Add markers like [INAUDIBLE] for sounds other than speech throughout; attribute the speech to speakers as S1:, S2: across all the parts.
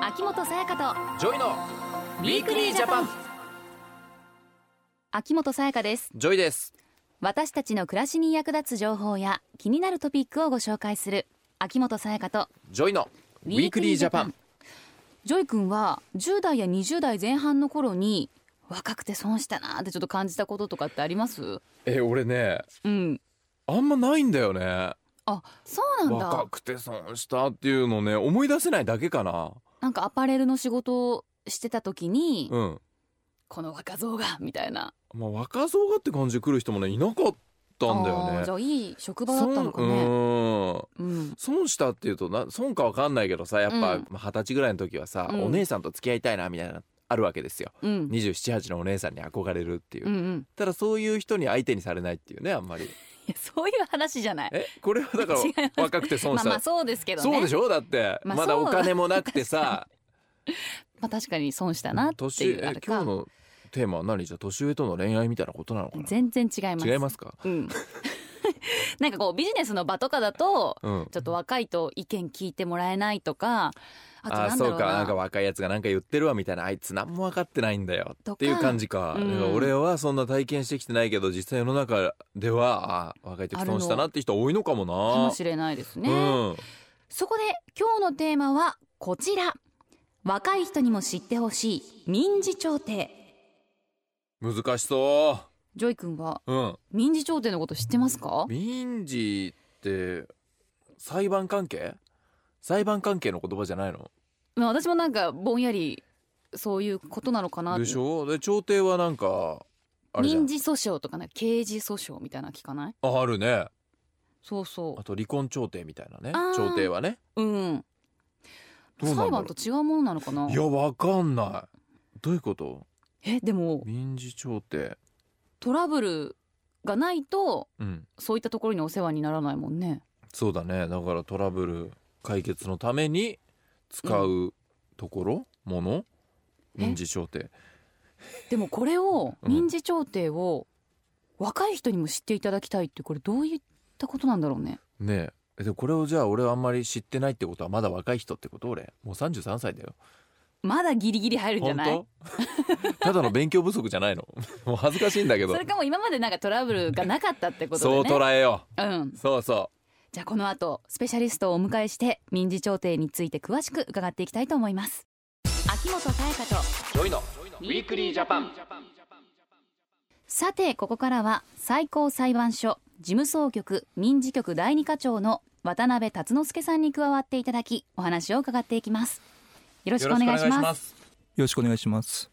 S1: 秋元さやかと
S2: ジョイのウィークリージャパン
S1: 秋元さやかです
S2: ジョイです
S1: 私たちの暮らしに役立つ情報や気になるトピックをご紹介する秋元さやかと
S2: ジョイのウィークリージャパン
S1: ジョイ君は10代や20代前半の頃に若くて損したなーってちょっと感じたこととかってあります
S2: え俺ね
S1: うん
S2: あんまないんだよね
S1: あそうなんだ
S2: 若くて損したっていうのね思い出せないだけかな
S1: なんかアパレルの仕事をしてた時に、
S2: うん
S1: この若造がみたいな
S2: まあ若造がって感じで来る人もねいなかったんだよ
S1: あーじゃ
S2: ね
S1: あいい職場だったのかね
S2: 損うん
S1: うん
S2: 損したっていうとな損かわかんないけどさやっぱ
S1: う
S2: まあ
S1: ん
S2: 二十、歳ぐらいの時はさ、
S1: うん
S2: お姉さんと付き合いたいなみたいなあるわけですよ
S1: うん
S2: 278のお姉さんに憧れるっていう、
S1: うんうん
S2: ただそういう人に相手にされないっていうねあんまり
S1: いやそういう話じゃない
S2: えこれはだか
S1: [LAUGHS] 違います
S2: ら若くて損
S1: ま
S2: し
S1: あ
S2: た、
S1: まあそうですけどね
S2: そうでしょだって、
S1: まあ
S2: まだ
S1: そう
S2: お金もなくてさ
S1: まあ確かに損したなって
S2: 年
S1: いう
S2: え
S1: あれ
S2: 今
S1: か
S2: 日のテーマは何じゃあ年上との恋愛みたいなことなのかな
S1: 全然違います
S2: 違いますか
S1: うん [LAUGHS] なんかこうビジネスの場とかだと
S2: うん
S1: ちょっと若いと意見聞いてもらえないとかあとな
S2: あ
S1: んだ
S2: そ
S1: ろ
S2: う
S1: う
S2: か
S1: な
S2: なんか若いやつがなんか言ってるわみたいなあいつ何も分かってないんだよ
S1: とか
S2: っていう感じか,、
S1: うん
S2: 俺はそんな体験してきてないけど実際世の中ではあ若い時損したなって人多いのかもな
S1: かもしれないですね、
S2: うん、
S1: そこで今日のテーマはこちら若い人にも知ってほしい民事調停
S2: 難しそ
S1: ジョイ君は
S2: う、うん、
S1: 民事調停のこと知ってますか
S2: 民事って裁判関係裁判関係の言葉じゃないの
S1: まあ私もなんかぼんやりそういうことなのかなって
S2: でしょで調停はなんかあれじゃ
S1: 民
S2: ん
S1: 事訴訟とかね刑事訴訟みたいなの聞かない
S2: ああるね
S1: そうそ
S2: あと離婚調停みたいなね
S1: あー
S2: 調停はね
S1: ううん
S2: どうなんだろ
S1: 裁
S2: う
S1: 判と違うものなのかない
S2: やわかんないどういうこと
S1: えでも
S2: 民事調停
S1: トラブルがないと
S2: うん
S1: そういったところにお世話にならないもんね
S2: そうだねだからトラブル解決のために使うところ、もの
S1: え
S2: 民事調停
S1: でもこれを
S2: うん
S1: 民事調停を若い人にも知っていただきたいってこれどういったことなんだろうね
S2: ねええでこれをじゃあ俺はあんまり知ってないってことはまだ若い人ってこと俺もう33歳だよ
S1: まだギリギリ入るんじゃ
S2: 本
S1: ない
S2: 当 [LAUGHS] ただの勉強不足じゃないの [LAUGHS] もう恥ずかしいんだけ
S1: そ
S2: ど
S1: れかもう今までなんかトラブルがなかったってことで
S2: そう
S1: ね
S2: 捉えよ
S1: うん
S2: うそうそ
S1: じゃあこの後スペシャリストをお迎えして民事調停について詳しく伺っていきたいと思います秋元彩香と
S2: うジョイのウィークリージャパン
S1: さてここからは最高裁判所事務総局民事局第二課長の渡辺達之助さんに加わっていただきお話を伺っていきますよろしくお願いします
S2: す
S3: よろしくお願いします。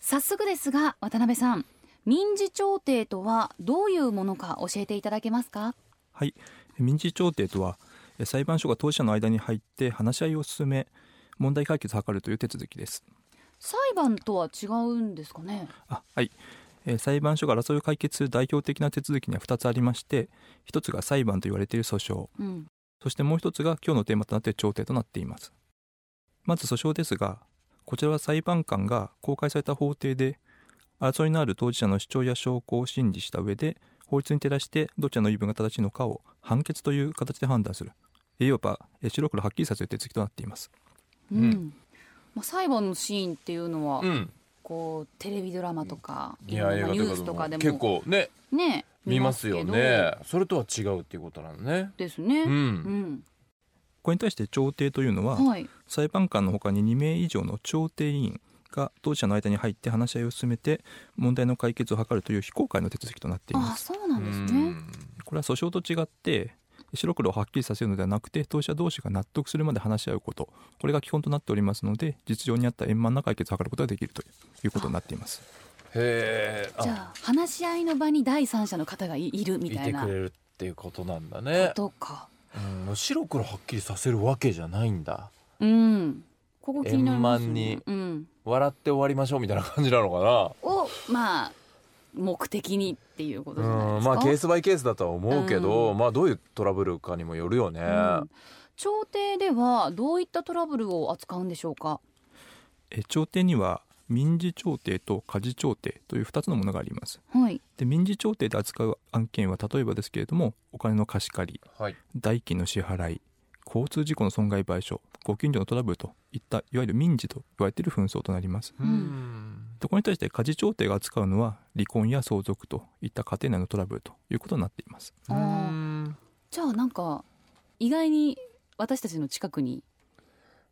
S1: 早速ですが渡辺さん民事調停とはどういうものか教えていただけますか
S3: はい、民事調停とはえ裁判所が当事者の間に入って話し合いを進め問題解決を図るという手続きです。
S1: 裁判とは違うんですかね
S3: あ、はい。え裁判所が争いを解決する代表的な手続きには2つありまして、1つが裁判と言われている訴訟、
S1: うん
S3: そしてもう1つが今日のテーマとなっている調停となっています。まず訴訟ですが、こちらは裁判官が公開された法廷で争いのある当事者の主張や証拠を審理した上で法律に照らしてどちらの言い分が正しいのかを判決という形で判断するいわばえ白黒はっきりさせる手続きとなっています
S1: うん、
S2: うん
S1: まあ、裁判のシーンっていうのは、
S2: うん
S1: こうテレビドラマとか
S2: いや
S1: い
S2: 映
S1: ろんな
S2: 画
S1: ニュース
S2: と
S1: と
S2: か
S1: か
S2: で
S1: で
S2: も
S1: も
S2: 結構ね
S1: ね
S2: 見ますよ
S1: 見ま
S2: ねそれとは違うっていうことなのね
S1: すけどですね、
S2: う
S1: うんん、
S3: これに対して調停というのは
S1: はい、
S3: 裁判官のほかに2名以上の調停委員が当事者の間に入って話し合いを進めて問題の解決を図るという非公開の手続きとなってい
S1: あ
S3: ま
S1: あ
S3: す
S1: そうなんです
S2: う
S1: ね。
S2: ん
S3: これは訴訟と違って白黒をはっきりさせるのではなくて当事者同士が納得するまで話し合うことこれが基本となっておりますので実情に合った円満な解決を図ることができるということになっています
S2: へえ
S1: じゃあ話し合いの場に第三者の方がいいるみ
S2: い
S1: たい
S2: て
S1: な
S2: く
S1: こ
S2: れるっていうことなんだね、
S1: とか。
S2: うん、もう白黒はっきりさせるわけじゃないんだ
S1: うん。ここ気になりますよ
S2: 円
S1: ね。うん。
S2: 笑って終わりましょうみたいな感じなのか
S1: をまあ目的にっていうこと
S2: な
S1: じゃないで
S2: うん
S1: すか。
S2: まあケースバイケースだとは思うけど、
S1: う
S2: まあどういうトラブルかにもよるよね、
S1: うん調停ではどういったトラブルを扱うんでしょうか。
S3: え調停には民事調停と家事調停という2つのものがあります
S1: はい。
S3: で民事調停で扱う案件は例えばですけれどもお金の貸し借り
S2: はい
S3: 代金の支払い交通事故の損害賠償ご近所のトラブルといったいわゆる民事と言われている紛争となります
S1: うん
S3: でこれに対して家事調停が扱うのは離婚や相続といった家庭内のトラブルということになっています
S1: あーじゃあなんか意外に私たちの近くに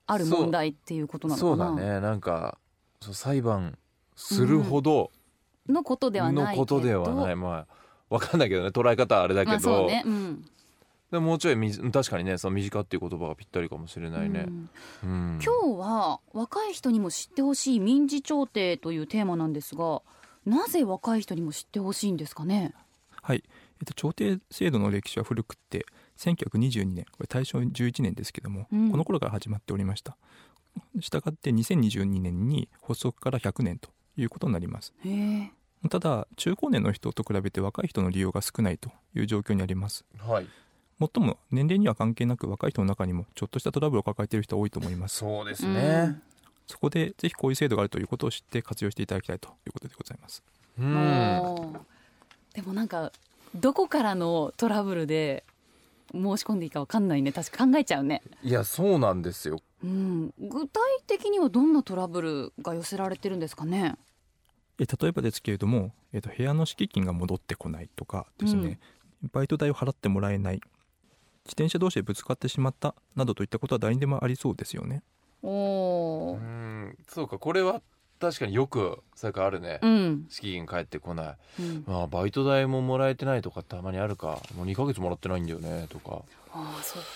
S1: ある問題っていうことなの
S2: そう
S1: かな
S2: だねなんかそう裁判するほど
S1: のことでは
S2: の
S1: ないけど
S2: ことではない、まあわかんないけどね捉え方はあれだ
S1: ま
S2: け
S1: あそ
S2: ど、
S1: うね、うん
S2: でももうちょいみじ確かにねその身近っていう言葉がぴったりかもしれないね
S1: う、ん
S2: うん
S1: 今日は若い人にも知ってほしい民事調停というテーマなんですがなぜ若い人にも知ってほしいんですかね
S3: はい、えっと、調停制度の歴史は古くって1922年これ大正11年ですけども、
S1: うん
S3: この頃から始まっておりましたしたがって2022年に発足から100年ということになります
S1: へえ
S3: ただ中高年の人と比べて若い人の利用が少ないという状況にあります
S2: はい
S3: もっとも年齢には関係なく若い人の中にもちょっとしたトラブルを抱えている人は多いと思います
S2: そうです
S1: う
S2: ね
S1: ん
S3: そこでぜひこういう制度があるということを知って活用していただきたいということでございます
S2: うん、
S1: おーでもなんかどこからのトラブルで申し込んでいいかわかんないね確か考えちゃうね、
S2: いやそうなんですよ
S1: うん、具体的にはどんなトラブルが寄せられてるんですかね
S3: え例えばですけれども、えっと部屋の敷金が戻ってこないとかですね、バイト代を払ってもらえない自転車同士でぶつかってしまったなどといったことは誰にでもありそうですよね
S1: お
S2: う
S1: おー
S2: んそうかこれは確かによくそれからあるね、
S1: うん、
S2: 資金返ってこな
S1: う
S2: い
S1: ん、
S2: まあバイト代ももらえてないとかたまにあるかもう2ヶ月もらってないんだよねとか
S1: ああそっか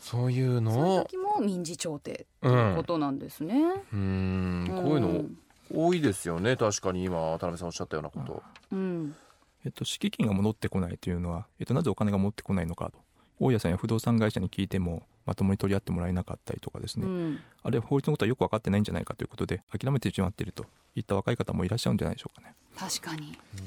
S2: そういう
S1: その
S2: のを
S1: 時も民事調停
S2: う
S1: というんこ
S2: う
S1: となんですね、
S2: んこういうの多いですよね確かに今渡辺さんおっしゃったようなこと
S1: うん
S3: えっと、敷金が戻ってこないというのは、えっと、なぜお金が戻ってこないのかと大家さんや不動産会社に聞いてもまともに取り合ってもらえなかったりとかです
S1: う
S3: ね、
S1: ん
S3: あるいは法律のことはよく分かってないんじゃないかということで諦めてしまっているといった若い方もいらっしゃるんじゃないでしょうかね。
S1: 確かに
S3: え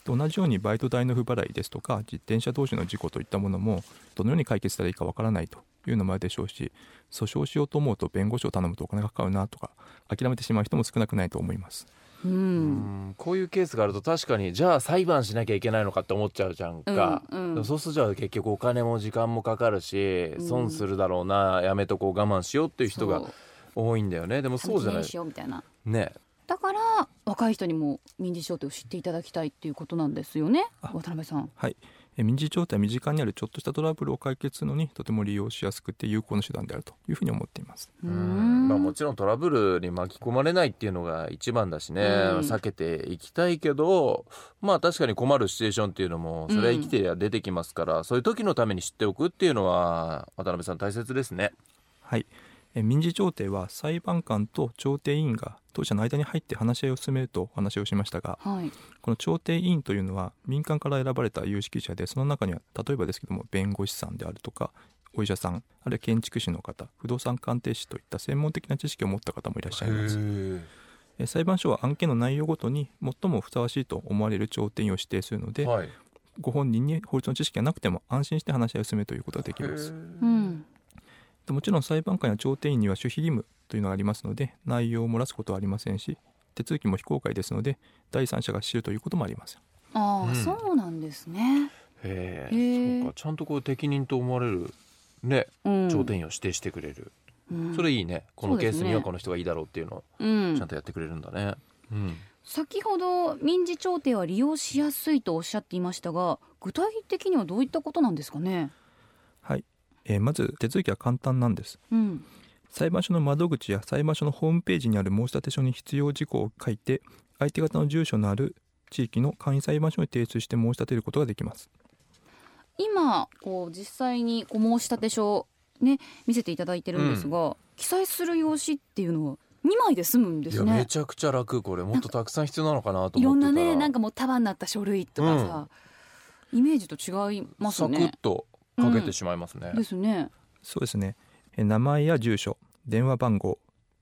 S3: っと同じようにバイト代の不払いですとか自転車同士の事故といったものもどのように解決したらいいかわからないというのもあるでしょうし訴訟しようと思うと弁護士を頼むとお金がかかるなとか諦めてしまう人も少なくないと思います。
S1: う
S2: うんんこういうケースがあると確かにじゃあ裁判しなきゃいけないのかって思っちゃうじゃんか、
S1: うんうん
S2: でもそうするとじゃあ結局お金も時間もかかるし
S1: うん
S2: 損するだろうなやめとこう我慢しようっていう人
S1: そ
S2: が
S1: う
S2: 多いんだよねでもそうじゃな
S1: 紙切れ
S2: い
S1: にしようみたいな
S2: ね
S1: だから若い人にも民事調停を知っていただきたいっていうことなんですよね
S3: あ
S1: 渡辺さん
S3: はい、え民事調停は身近にあるちょっとしたトラブルを解決するのにとても利用しやすくて有効な手段であるというふうに思っています。
S1: う
S2: うんまあ、も
S1: ん
S2: ちろんトラブルに巻き込まれないっていうのが一番だしね、
S1: うん
S2: 避けていきたいけどまあ確かに困るシチュエーションっていうのもそれは生きてりゃ出てきますから、そういう時のために知っておくっていうのは渡辺さん大切ですね。
S3: はい、え民事調停は裁判官と調停委員が当事者の間に入って話し合いを進めるとお話をしましたが
S1: はい
S3: この調停委員というのは民間から選ばれた有識者でその中には例えばですけども弁護士さんであるとかお医者さんあるいは建築士の方不動産鑑定士といった専門的な知識を持った方もいらっしゃいますえ裁判所は案件の内容ごとに最もふさわしいと思われる調停委員を指定するので、
S2: はい、
S3: ご本人に法律の知識がなくても安心して話し合いを進めるということができます
S1: うん
S3: でもちろん裁判官や調停員には守秘義務というのがありますので内容を漏らすことはありませんし手続きも非公開ですので第三者が知るということもありません
S1: ああ、
S2: うん
S1: そうなんですね
S2: へ
S1: へ
S2: え
S1: ー
S2: そうかちゃんとこう適任と思われるね
S1: うん
S2: 頂点を指定してくれ
S1: う
S2: る、
S1: ん
S2: それいいねこのケース
S1: そうです
S2: に
S1: ね
S2: はこの人がいいだろうっていうのを
S1: うん
S2: ちゃんとやってくれるんだね。うん
S1: 先ほど民事調停は利用しやすいとおっしゃっていましたが具体的にはどういったことなんですかね
S3: はい、えーまず手続きは簡単なんです
S1: うん
S3: 裁判所の窓口や裁判所のホームページにある申立書に必要事項を書いて相手方の住所のある地域の簡易裁判所に提出して申し立てることができます
S1: 今こう実際にこう申立書をね見せていただいてるんですが、記載する用紙っていうのは2枚で済むんで
S2: い
S1: す
S2: や
S1: ね
S2: めちゃくちゃ楽これもっとたくさん必要なのかなと思ってた
S1: い
S2: ら
S1: ろんなねなんかもう束になった書類とかさ、イメージと違います
S2: サク
S1: ね
S2: ッ。とかけてしまいますね。
S1: ですね。
S3: そうですね、えー名前や住所電話番号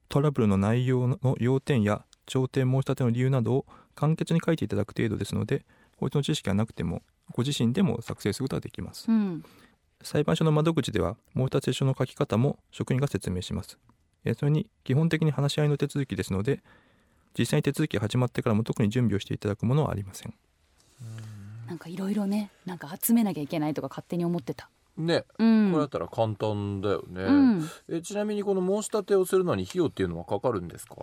S3: トラブルの内容の要点や調停申し立ての理由などを簡潔に書いていただく程度ですので法律の知識がなくてもご自身でも作成することができます
S1: うん。
S3: 裁判所の窓口では申立書の書き方も職員が説明しますえーそれに基本的に話し合いの手続きですので実際に手続きが始まってからも特に準備をしていただくものはありません
S1: なんかいろいろねなんか集めなきゃいけないとか勝手に思ってた。
S2: ね、
S1: うん
S2: これだったら簡単だよね、
S1: うん
S2: えちなみにこの申し立てをするのに費用っていうのはかかるんですか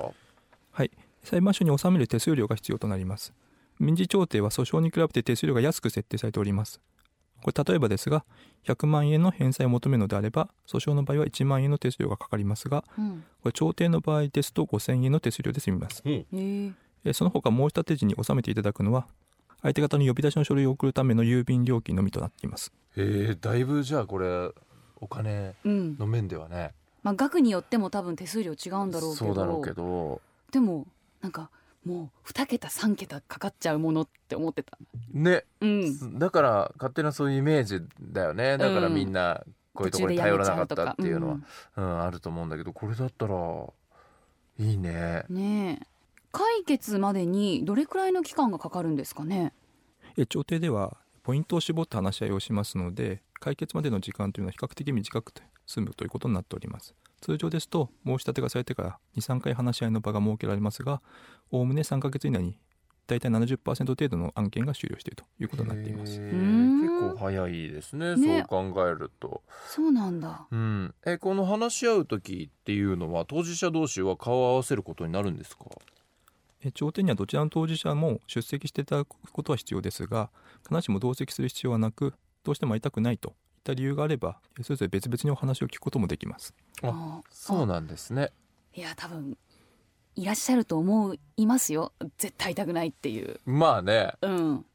S3: はい、裁判所に納める手数料が必要となります民事調停は訴訟に比べて手数料が安く設定されておりますこれ例えばですが100万円の返済を求めるのであれば訴訟の場合は1万円の手数料がかかりますが
S1: うん
S3: これ調停の場合ですと5000円の手数料で済みます
S1: へー
S3: えーその他申し立て時に納めていただくのは相手方に呼び出しの書類を送るための郵便料金のみとなっています
S2: えー、だいぶじゃあこれお金
S1: うん
S2: の面ではね
S1: まあ、額によっても多分手数料違うんだろうけど
S2: そうだろうけど
S1: でもなんかもう2桁3桁かかっちゃうものって思ってた
S2: ね、
S1: うん
S2: だから勝手なそういうイメージだよねだからみんなこういうところに頼らなかったっていうのは、うんあると思うんだけどこれだったらいいね
S1: うんねえ解決までにどれくらいの期間がかかるんですかね
S3: えー調停ではポイントを絞った話し合いをしますので解決までの時間というのは比較的短くて済むということになっております通常ですと申し立てがされてから23回話し合いの場が設けられますがおおむね3ヶ月以内にだいたい70%程度の案件が終了しているということになっています
S2: へー
S1: うん
S2: 結構早いですね
S1: ね
S2: そう考えると、
S1: そうなんだ
S2: うん、えこの話し合う時っていうのは当事者同士は顔を合わせることになるんですか
S3: えー調停にはどちらの当事者も出席していただくことは必要ですが必ずしも同席する必要はなくどうしても会いたくないといった理由があればえーそれぞれ別々にお話を聞くこともできます
S1: あ
S2: あそうなんですね
S1: いや多分いらっしゃると思いますよ絶対痛くないっていう
S2: まあね
S1: うん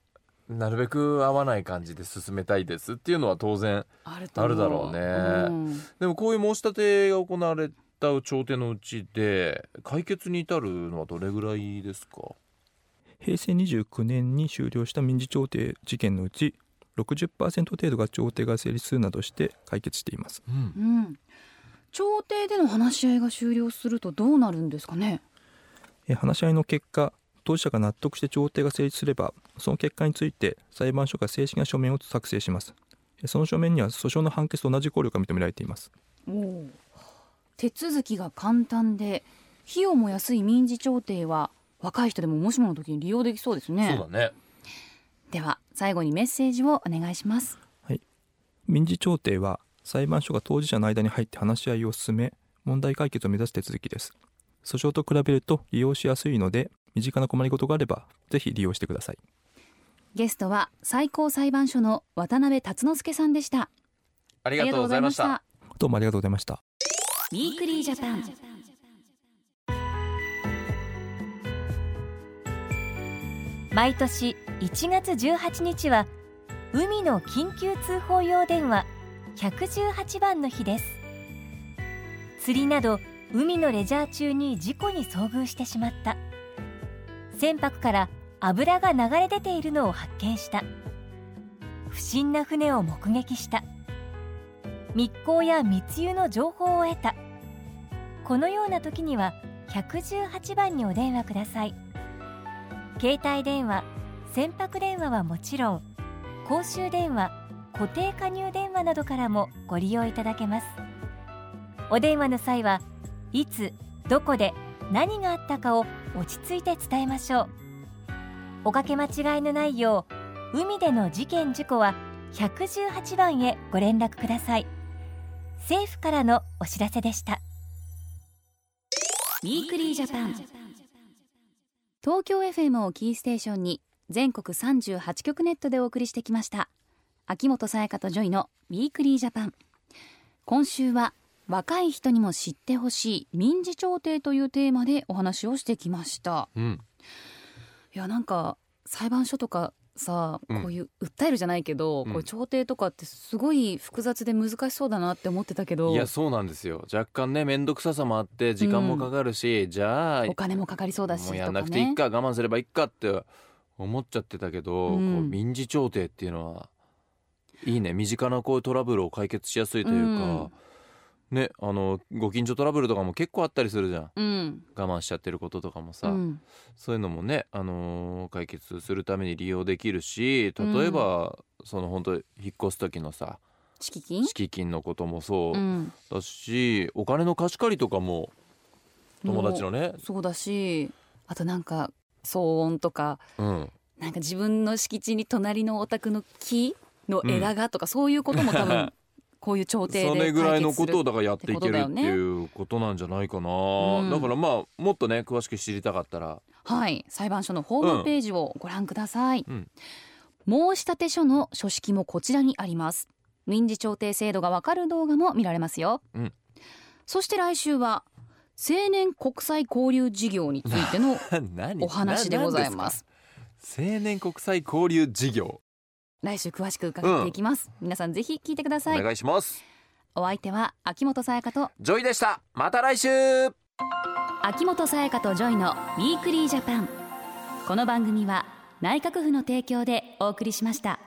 S2: なるべく合わない感じで進めたいですっていうのは当然
S1: あると思う
S2: あるだろうね
S1: ん
S2: でもこういう申し立てが行われた調停のうちで解決に至るのはどれぐらいですか
S3: 平成29年に終了した民事調停事件のうち60%程度が調停が成立するなどして解決しています
S2: うん
S1: うん、調停での話し合いが終了するとどうなるんですかね
S3: えー話し合いの結果当事者が納得して調停が成立すればその結果について裁判所が正式な書面を作成しますえーその書面には訴訟の判決と同じ効力が認められています
S1: 手続きが簡単で費用も安い民事調停は若い人でももしもの時に利用できそうですね
S2: そうだね
S1: では最後にメッセージをお願いします
S3: 民事調停は裁判所が当事者の間に入って話し合いを進め問題解決を目指す手続きです訴訟と比べると利用しやすいので身近な困りごとがあればぜひ利用してください
S1: ゲストは最高裁判所の渡辺達之助さんでした
S2: あ
S1: あ
S2: りがとうございました
S3: どうもありがとうございました
S1: ウィークリージャパン
S4: 毎年1月18日は海の緊急通報用電話118番の日です釣りなど海のレジャー中に事故に遭遇してしまった船舶から油が流れ出ているのを発見した不審な船を目撃した密航や密輸の情報を得たこのような時には118番にお電話ください携帯電話船舶電話はもちろん公衆電話固定加入電話などからもご利用いただけますお電話の際はいつどこで何があったかを落ち着いて伝えましょうおかけ間違いのないよう海での事件事故は118番へご連絡ください政府からのお知らせでした
S1: ウィークリージャパン東京 FM をキーステーションに全国38局ネットでお送りしてきました秋元才加とジョイのウィークリージャパン今週は若い人にも知ってほしい民事調停というテーマでお話をしてきました
S2: うん
S1: いやなんか裁判所とかさ
S2: うん
S1: こういう訴えるじゃないけど、
S2: うん
S1: こういう調停とかってすごい複雑で難しそうだなって思ってたけど
S2: いやそうなんですよ若干ね面倒くささもあって時間もかかるし、じゃあ
S1: お金もかかりそうだし
S2: もうや
S1: と
S2: んな
S1: か
S2: くてい
S1: ね
S2: いか我慢すればいいかって思っちゃってたけど、
S1: うん
S2: こう民事調停っていうのはいいね身近なこういうトラブルを解決しやすいというか、ねあのご近所トラブルとかも結構あったりするじゃん
S1: うん
S2: 我慢しちゃってることとかも
S1: う
S2: さ、
S1: ん
S2: そういうのもね、あのー解決するために利用できるし例えば、その本当に引っ越す時のさ
S1: 敷金
S2: 敷金のこともそう
S1: うん、
S2: だし、お金の貸し借りとかも友達のね、
S1: そうだしあとなんか騒音とか
S2: うん、 [LAUGHS]
S1: なんか自分の敷地に隣のお宅の木の枝がとか、そういうことも多分こういう調停で
S2: それぐらいのことをだからやっていけ
S1: っ
S2: るって
S1: ことだよね
S2: いうことなんじゃないかな、
S1: ん
S2: だからまあもっとね詳しく知りたかったら [LAUGHS]
S1: はい、裁判所のホームページをご覧ください、
S2: うん
S1: 申立書の書式もこちらにあります民事調停制度がわかる動画も見られますよ、
S2: うん
S1: そして来週は青年国際交流事業についての
S2: 何
S1: お話でご
S2: [LAUGHS]
S1: ざいます
S2: 青年国際交流事業
S1: 来週詳しく伺っていきます、皆さんぜひ聞いてくだ
S2: お
S1: さい
S2: 願いします、
S1: お相手は秋元沙耶香と
S2: ジョイでしたまた来週
S1: 秋元沙耶香とジョイのウィークリージャパンこの番組は内閣府の提供でお送りしました。